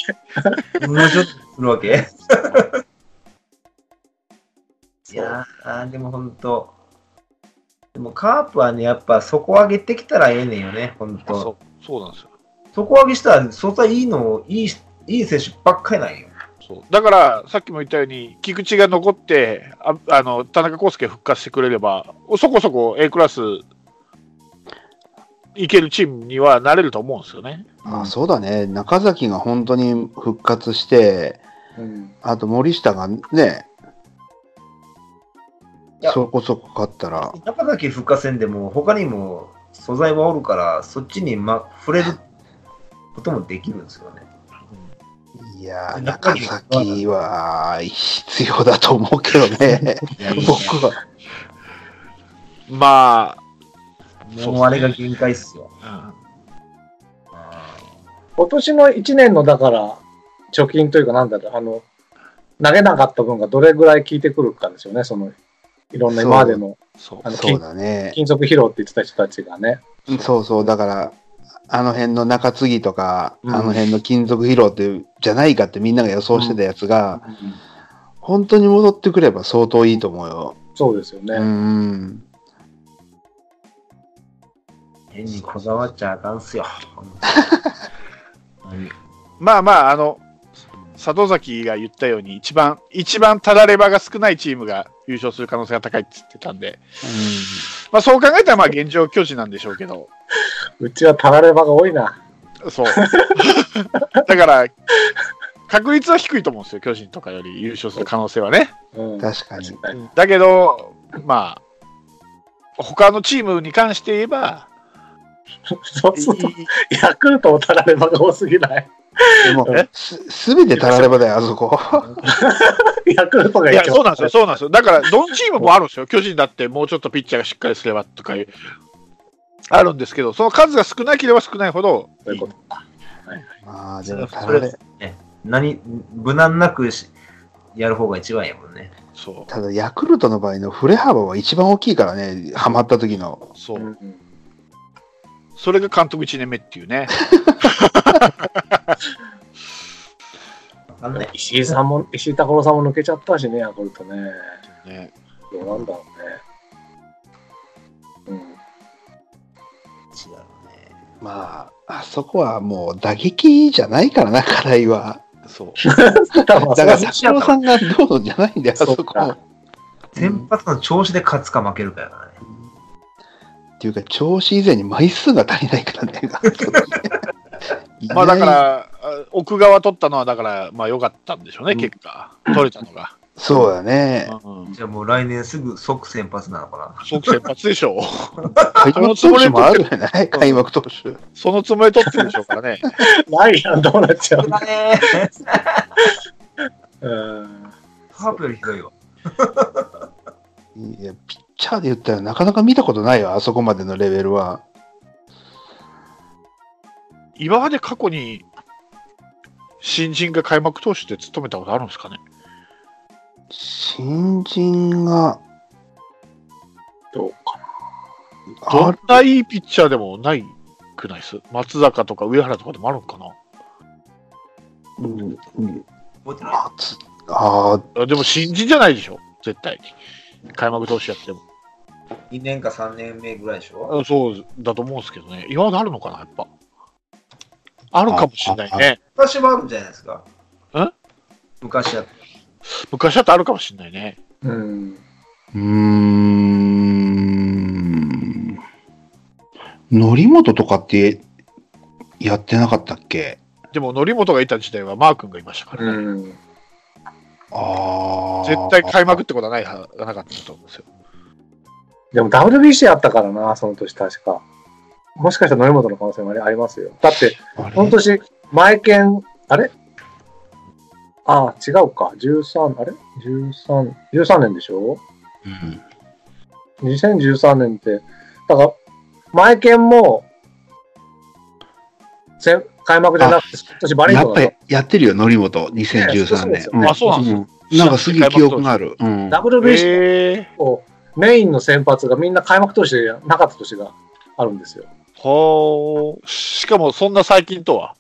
Speaker 1: ら。
Speaker 3: もうちょっとするわ けいやー、でも本当、でもカープはね、やっぱ底上げてきたらええねんよね、本当。
Speaker 1: そうそうなんですよ。
Speaker 3: 底上げしたら、素材いいの、いい、いい選手ばっかりなんよ。
Speaker 1: そうだから、さっきも言ったように、菊池が残って、ああの田中康介復活してくれれば、そこそこ A クラスいけるチームにはなれると思うんですよね。
Speaker 2: あーそうだね。中崎が本当に復活して、
Speaker 4: うん、
Speaker 2: あと森下がね
Speaker 3: いや、
Speaker 2: そこそこ勝ったら、
Speaker 3: 中崎復活戦でも、他にも素材もおるから、そっちに、ま、触れることもできるんですよね。
Speaker 2: いやー、
Speaker 3: 中
Speaker 2: 中
Speaker 3: 崎
Speaker 2: 崎は必要だと思うけどね、
Speaker 3: いや、いいね
Speaker 2: 僕は。
Speaker 1: ま
Speaker 3: もうあれが限界っすよ。
Speaker 1: あ、
Speaker 4: 今年の1年のだから、貯金というか、なんだろう、あの、投げなかった分がどれぐらい効いてくるかですよね、その、いろんな今までの
Speaker 1: そ
Speaker 4: あの
Speaker 2: そう
Speaker 4: 金
Speaker 2: だね。
Speaker 4: 金属疲労って言ってた人たちがね。
Speaker 2: そうそう、だから、あの辺の中継ぎとか、
Speaker 1: うん
Speaker 2: あの辺の金属疲労ってじゃないかってみんなが予想してたやつが、本当に戻ってくれば相当いいと思うよ。
Speaker 4: そうですよね。
Speaker 2: うん。
Speaker 3: 変にこだわっちゃあかんっすよ。ほんとに
Speaker 1: まあまあ、あの里崎が言ったように、一番、一番たらればが少ないチームが優勝する可能性が高いって言ってたんで、まあ、そう考えたら、まあ現状、巨人なんでしょうけど。
Speaker 4: うちはたらればが多いな。
Speaker 1: そう。だから、確率は低いと思うんですよ、巨人とかより優勝する可能性はね。
Speaker 4: うん
Speaker 2: 確かに。
Speaker 4: かに。
Speaker 1: だけど、まあ、他のチームに関して言えば、
Speaker 4: そうすると、ヤクルトもたらればが多すぎない。
Speaker 2: でも
Speaker 1: え、
Speaker 2: すすべてたらればだよ、あそこ。
Speaker 4: ヤクルトが
Speaker 1: いや、そうなんです
Speaker 4: よ
Speaker 1: よ、そうなんですよ。だから、どのチームもあるんですよ。巨人だって、もうちょっとピッチャーがしっかりすればとかいう、あるんですけど、その数が少なければ少ないほど、
Speaker 4: そういうこと
Speaker 2: まあ、でも、たられ、
Speaker 3: 何、無難なくしやる方が一番やもんね。
Speaker 1: そ
Speaker 2: ただ、ヤクルトの場合の振れ幅は一番大きいからね、ハマった時の。
Speaker 1: う、そうう。
Speaker 4: ん
Speaker 1: それが監督1年目っていう ね。
Speaker 3: わかんない。
Speaker 4: 石井さんも、石井拓郎さんも抜けちゃったしね、ヤクルトね。
Speaker 1: ね
Speaker 4: どうなんだろうね。うん。
Speaker 3: 違うね。
Speaker 2: まあ、あそこはもう打撃じゃないからな、課いは。
Speaker 1: そう。
Speaker 2: だ
Speaker 4: だ
Speaker 2: から、拓郎さんがどうのじゃないんだよ、あ
Speaker 4: そ
Speaker 2: そうこ
Speaker 4: か
Speaker 2: は。
Speaker 3: 先発の調子で勝つか負けるかやからね。
Speaker 2: っていうか、調子以前に枚数が足りないからね。
Speaker 1: まあだか。ら、あ奥側取ったのは、だから、まあ良かったんでしょうね、結果。取れたのが。
Speaker 2: そうだね。
Speaker 1: うん
Speaker 3: じゃあもう来年すぐ即先発なのかな。
Speaker 1: 即先発でしょう。
Speaker 2: 開幕投手もあるよね、開幕投手。
Speaker 1: そのつもりで取ってるんでしょうから ね。
Speaker 4: ないやん、どうなっちゃう
Speaker 3: だね。
Speaker 4: うん。
Speaker 3: カープよりひどいわ。
Speaker 2: いや、ピッチャーで言ったらなかなか見たことないよ、あそこまでのレベルは。
Speaker 1: 今まで過去に、新人が開幕投手で務めたことあるんですかね。
Speaker 2: 新人が、
Speaker 4: どうか
Speaker 1: ど
Speaker 2: あ
Speaker 1: んないいピッチャーでもないくないっす松坂とか上原とかでもあるんかな
Speaker 2: うんうん
Speaker 3: 覚えてない
Speaker 2: あつあー、
Speaker 1: あでも新人じゃないでしょ絶対開幕投手やっても。
Speaker 3: 2年か3年目ぐらいでしょ
Speaker 1: あそうだと思うんですけどね。今まであるのかなやっぱ。あるかもしれないね。
Speaker 3: 昔はあるんじゃないですか。
Speaker 1: ん
Speaker 3: 昔やっ
Speaker 1: 昔だとあるかもしれないね。
Speaker 4: な。うん。
Speaker 2: うーん。則本とかってやってなかったっけ
Speaker 1: でも、則本がいた時代はマー君がいましたから、ね
Speaker 4: うん。
Speaker 2: ああ。
Speaker 1: 絶対開幕ってことはないはなかったと思うんですよ。
Speaker 4: でも WBC あったからな、その年確か。もしかしたら則本の可能性もありありますよ。だって、
Speaker 2: あれ
Speaker 4: この年、前剣、あれああ、違うか。13、あれ ?13、13年でしょ
Speaker 2: うん。
Speaker 4: 2013年って、だから、前剣も、せん開幕じゃなくて、今年バレ
Speaker 2: や
Speaker 4: ー
Speaker 2: っ
Speaker 4: トだ
Speaker 2: ぱやってるよ、則本、2013年。
Speaker 4: ねそうですよね
Speaker 1: あそうなんです
Speaker 2: うんなんかすげえ記憶がある。うん。
Speaker 4: WBC
Speaker 1: え
Speaker 4: をメインの先発がみんな開幕投手でなかった年があるんですよ。
Speaker 1: ー、はーしかもそんな最近とは。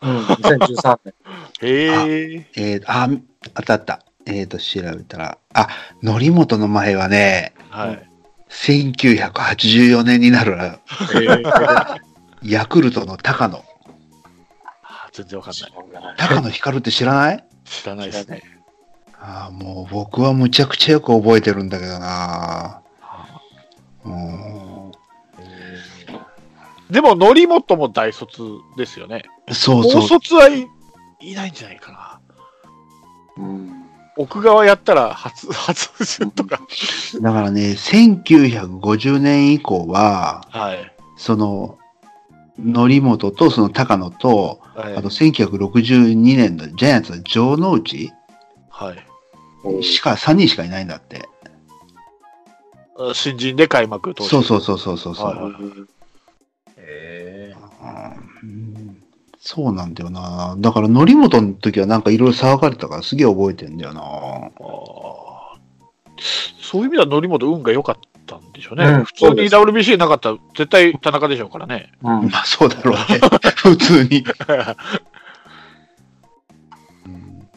Speaker 4: うん、2013年。
Speaker 1: へえ。
Speaker 2: えー、あ、あったあった。えっ、と、調べたら、あ、則本の前はね、
Speaker 1: はい。
Speaker 2: 1984年になるなヤクルトの高野。
Speaker 1: あ全然わかんない。
Speaker 2: 高野光って知らない
Speaker 1: 知らないですね。
Speaker 2: あーもう僕はむちゃくちゃよく覚えてるんだけどな。うん。
Speaker 1: でも、則本も大卒ですよね。
Speaker 2: そう
Speaker 1: 高
Speaker 2: そう。
Speaker 1: 卒はい、いないんじゃないかな。
Speaker 4: うん
Speaker 1: 奥側やったら初、 初順とか。
Speaker 2: だからね、1950年以降は、
Speaker 1: はい。
Speaker 2: その、則本とその高野と、
Speaker 1: はい
Speaker 2: あと1962年のジャイアンツの城之内
Speaker 1: はい
Speaker 2: しか、3人しかいないんだって。
Speaker 1: あ。新人で開幕投手。
Speaker 2: そうそうそうそうそうそう。
Speaker 1: はい
Speaker 3: へー
Speaker 2: うんそうなんだよな。だから、則本の時はなんかいろいろ騒がれたからすげえ覚えてんだよな。
Speaker 1: あーそういう意味では則本運が良かったんでしょうね。
Speaker 4: うん
Speaker 1: 普通
Speaker 4: そう
Speaker 1: に
Speaker 4: で
Speaker 1: WBC なかったら絶対田中でしょうから ね。
Speaker 4: うん
Speaker 2: まあそうだろうね。普通に。うん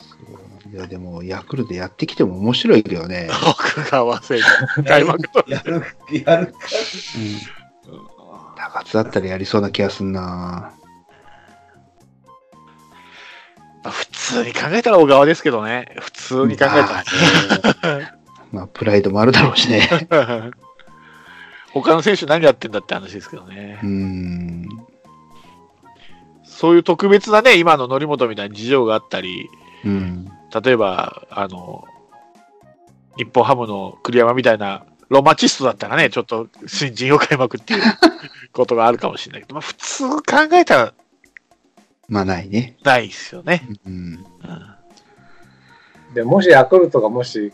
Speaker 2: そういやでも、ヤクルトやってきても面白いけどね。
Speaker 1: 奥川選手、開幕投手。
Speaker 3: やる、 やる。
Speaker 2: うん、高津だったらやりそうな気がすんな。
Speaker 1: 普通に考えたら小川ですけどね。普通に考えた
Speaker 2: まあね まあ、プライドもあるだろうし ね。
Speaker 1: ら。他の選手何やってんだって話ですけどね
Speaker 2: う。ん。
Speaker 1: そういう特別なね、今の則本みたいに事情があったり、
Speaker 2: うん。
Speaker 1: 例えば、あの、日本ハムの栗山みたいなロマチストだったらね、ちょっと新人を開幕っていうことがあるかもしれないけど、まあ普通考えたら
Speaker 2: まあないね。
Speaker 1: ないですよね。
Speaker 2: うん。
Speaker 1: うん
Speaker 4: でもしヤクルトがもし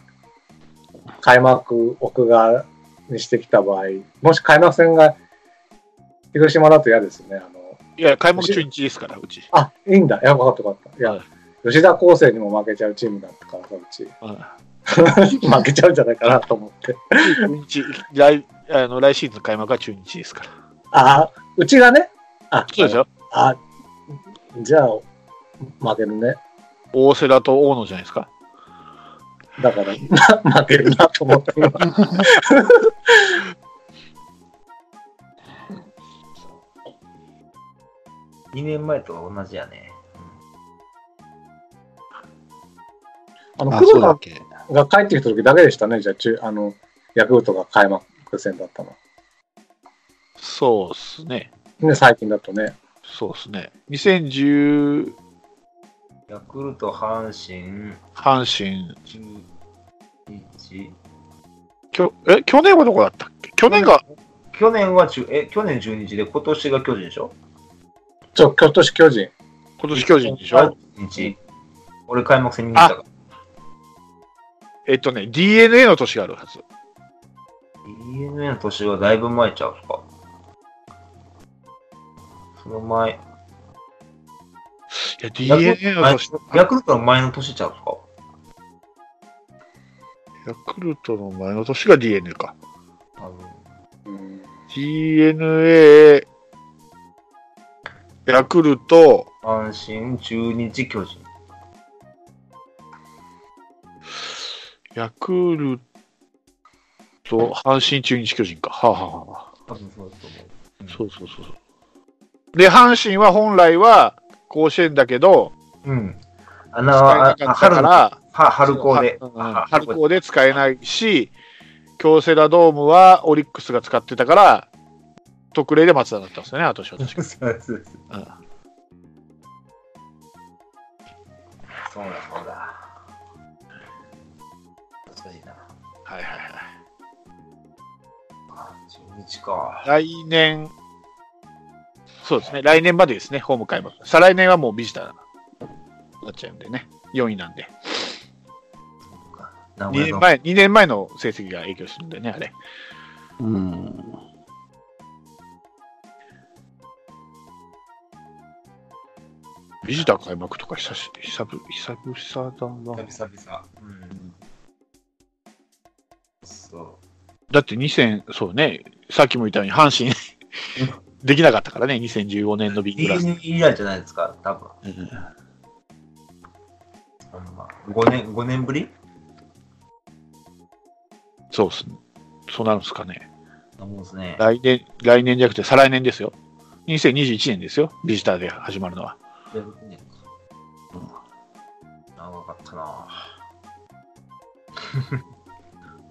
Speaker 4: 開幕奥側にしてきた場合、もし開幕戦が広島だと嫌ですね。あの
Speaker 1: いや、開幕中日ですから、うち。
Speaker 4: あいいんだ、いや、分かった分かった。いや、吉田康生にも負けちゃうチームだったからさ、うち。 負けちゃうんじゃないかなと思って。
Speaker 1: うん中日来あの来シーズンの開幕は中日ですから。
Speaker 4: ああ、うちがね。あ、
Speaker 1: そうでしょ
Speaker 4: あ、じゃあ、負けるね。
Speaker 1: 大瀬良と大野じゃないですか。
Speaker 4: だから、な負けるなと思 って。
Speaker 3: 2年前と同じやね。
Speaker 4: あの、
Speaker 2: あ、
Speaker 4: 黒
Speaker 2: そうだ
Speaker 4: 田
Speaker 2: っけ。
Speaker 4: が帰ってきた時だけでしたね、じゃあ、中あの、ヤクルトが開幕戦だったの。
Speaker 1: そうっすね。
Speaker 4: ね、最近だとね。
Speaker 1: そうっすね。2010
Speaker 3: ヤクルト、阪神、
Speaker 1: 阪神、
Speaker 3: 中日。
Speaker 1: きょえ去年はどこだったっけ去年が、
Speaker 3: 去年は中、え、去年中日で、今年が巨人でしょ
Speaker 4: ちょ、今年巨人。
Speaker 1: 今年巨人でし
Speaker 3: あ
Speaker 1: ょ
Speaker 3: 日。俺、開幕戦見に行ったから。
Speaker 1: えっとね、DNA の年があるはず。
Speaker 3: DNA の年はだいぶ前ちゃうか。その前。
Speaker 1: いや、DNA の年、
Speaker 3: ヤクルトの前の年ちゃうか。
Speaker 1: ヤクルトの前の年が DNA か。
Speaker 3: 多分
Speaker 1: DNA、ヤクルト、
Speaker 3: 阪神、中日、巨人。
Speaker 1: ヤクルト、阪神中日巨人か。はあ、はあはあ、
Speaker 3: 多分そうだと思う。
Speaker 1: そうそうそうそう。で、阪神は本来は甲子園だけど、
Speaker 3: うん。あの、
Speaker 1: 使え
Speaker 3: あ
Speaker 1: なか
Speaker 3: あ
Speaker 1: った
Speaker 3: 春
Speaker 1: か
Speaker 3: の、
Speaker 1: ら、
Speaker 3: は春高で。
Speaker 1: うん
Speaker 3: あ
Speaker 1: 春高で使えないし、京セラドームはオリックスが使ってたから、特例で松田だったんですよね、私は確 か。
Speaker 3: そうそうそう
Speaker 1: うん
Speaker 3: そうだ、そうだ。難しいな。
Speaker 1: はいはいは
Speaker 3: あ中日か。
Speaker 1: い。来年、そうですね、来年までですね、ホーム開幕。再来年はもうビジターになっちゃうんでね、4位なんで。
Speaker 3: 名
Speaker 1: 2
Speaker 3: 古屋
Speaker 1: 年
Speaker 3: の
Speaker 1: 前 ,2 年前の成績が影響するんでね、あれ。
Speaker 2: うん。
Speaker 1: ビジター開幕とか久し久々久々だな。
Speaker 3: 久々。うん。そ
Speaker 1: だって2000、そうね、さっきも言ったように阪神 できなかったからね、2015年のビ
Speaker 3: う。
Speaker 1: ッグラス。
Speaker 3: DNA 以来じゃないですか、多分。
Speaker 1: うん
Speaker 3: ほんま5年、5年ぶり
Speaker 1: そうっすね。そうなるんですかね。
Speaker 3: なもんですね。
Speaker 1: 来年、来年じゃなくて再来年ですよ。2021年ですよ、ビジターで始まるのは。
Speaker 3: 16年か。長かったな ぁ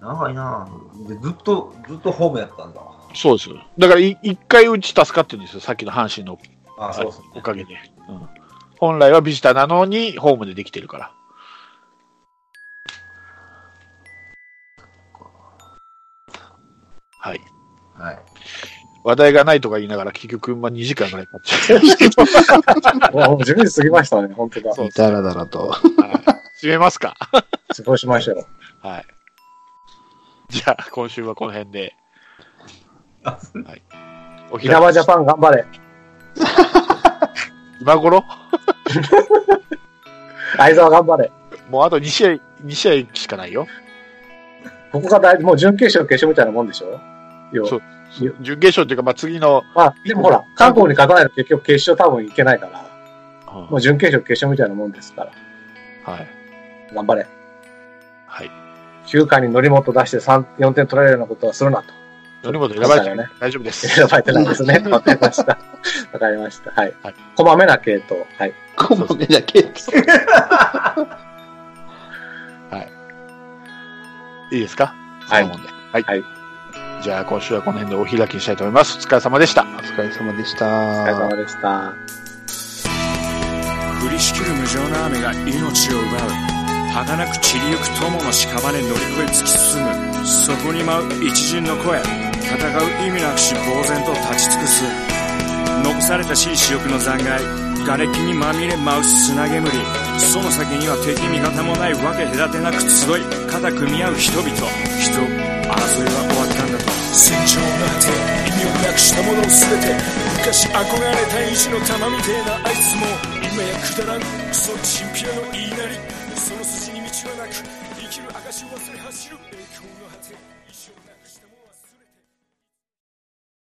Speaker 3: 長いなぁでずっと、ずっとホームやったんだ。
Speaker 1: そうですよ。だからい一回うち助かってるんですよ、さっきの阪神の
Speaker 3: あ、そうそう、
Speaker 1: おかげで。うん本来はビジターなのにホームでできてるから。はい。
Speaker 3: はい。
Speaker 1: 話題がないとか言いながら結局、まあ、2時間ぐらい経っちゃう。
Speaker 4: お10時過ぎましたね、本当だ。
Speaker 1: そうです
Speaker 2: だらだらと。
Speaker 1: はい締めますか。
Speaker 4: そうしましょう。
Speaker 1: はい。じゃあ、今週はこの辺で。
Speaker 3: あ
Speaker 1: おひ
Speaker 4: 稲
Speaker 1: ら
Speaker 4: 葉ジャパン頑張れ。
Speaker 1: 今頃
Speaker 4: 相沢頑張れ。
Speaker 1: もうあと2試合、2試合しかないよ。
Speaker 4: ここが大もう準決勝、決勝みたいなもんでしょ要は
Speaker 1: そう準決勝っていうか、まあ、次の、
Speaker 4: まあ、でもほら、韓国に勝たないと結局決勝多分いけないから、もう
Speaker 1: はい。
Speaker 4: 準決勝、決勝みたいなもんですから、頑張れ。
Speaker 1: はい。
Speaker 4: 9回に乗り物出して3 4点取られるようなことはするなと。
Speaker 1: 則本選ばれて
Speaker 4: そうだ
Speaker 1: る
Speaker 4: よね
Speaker 1: 大丈夫です。
Speaker 4: 選ばれてないです ね。わかりました。わかりました。はい
Speaker 1: はい。
Speaker 4: こまめな系統。はい。
Speaker 2: こまめだけ。
Speaker 1: いいですか
Speaker 4: はい
Speaker 1: そのもんではい。
Speaker 4: はい
Speaker 1: じゃあ、今週はこの辺でお開きにしたいと思います。お疲れ様でした。
Speaker 2: お疲れ様でした。
Speaker 4: お疲れ様でした。
Speaker 1: 「
Speaker 5: 降りしきる無情な雨が命を奪う儚く散りゆく友の屍に乗り越え突き進むそこに舞う一陣の声戦う意味なくし呆然と立ち尽くす残されたしい死翼の残骸瓦礫にまみれ舞う砂煙その先には敵味方もないわけ隔てなく集い肩組み合う人々人争いは終わったんだと戦場の果て意味をなくしたものを全て昔憧れた意地の玉みてえなあいつも今やくだらんクソチンピラの言いなりその筋に道はなく生きる証を忘れ走る栄光の果て意地をなくした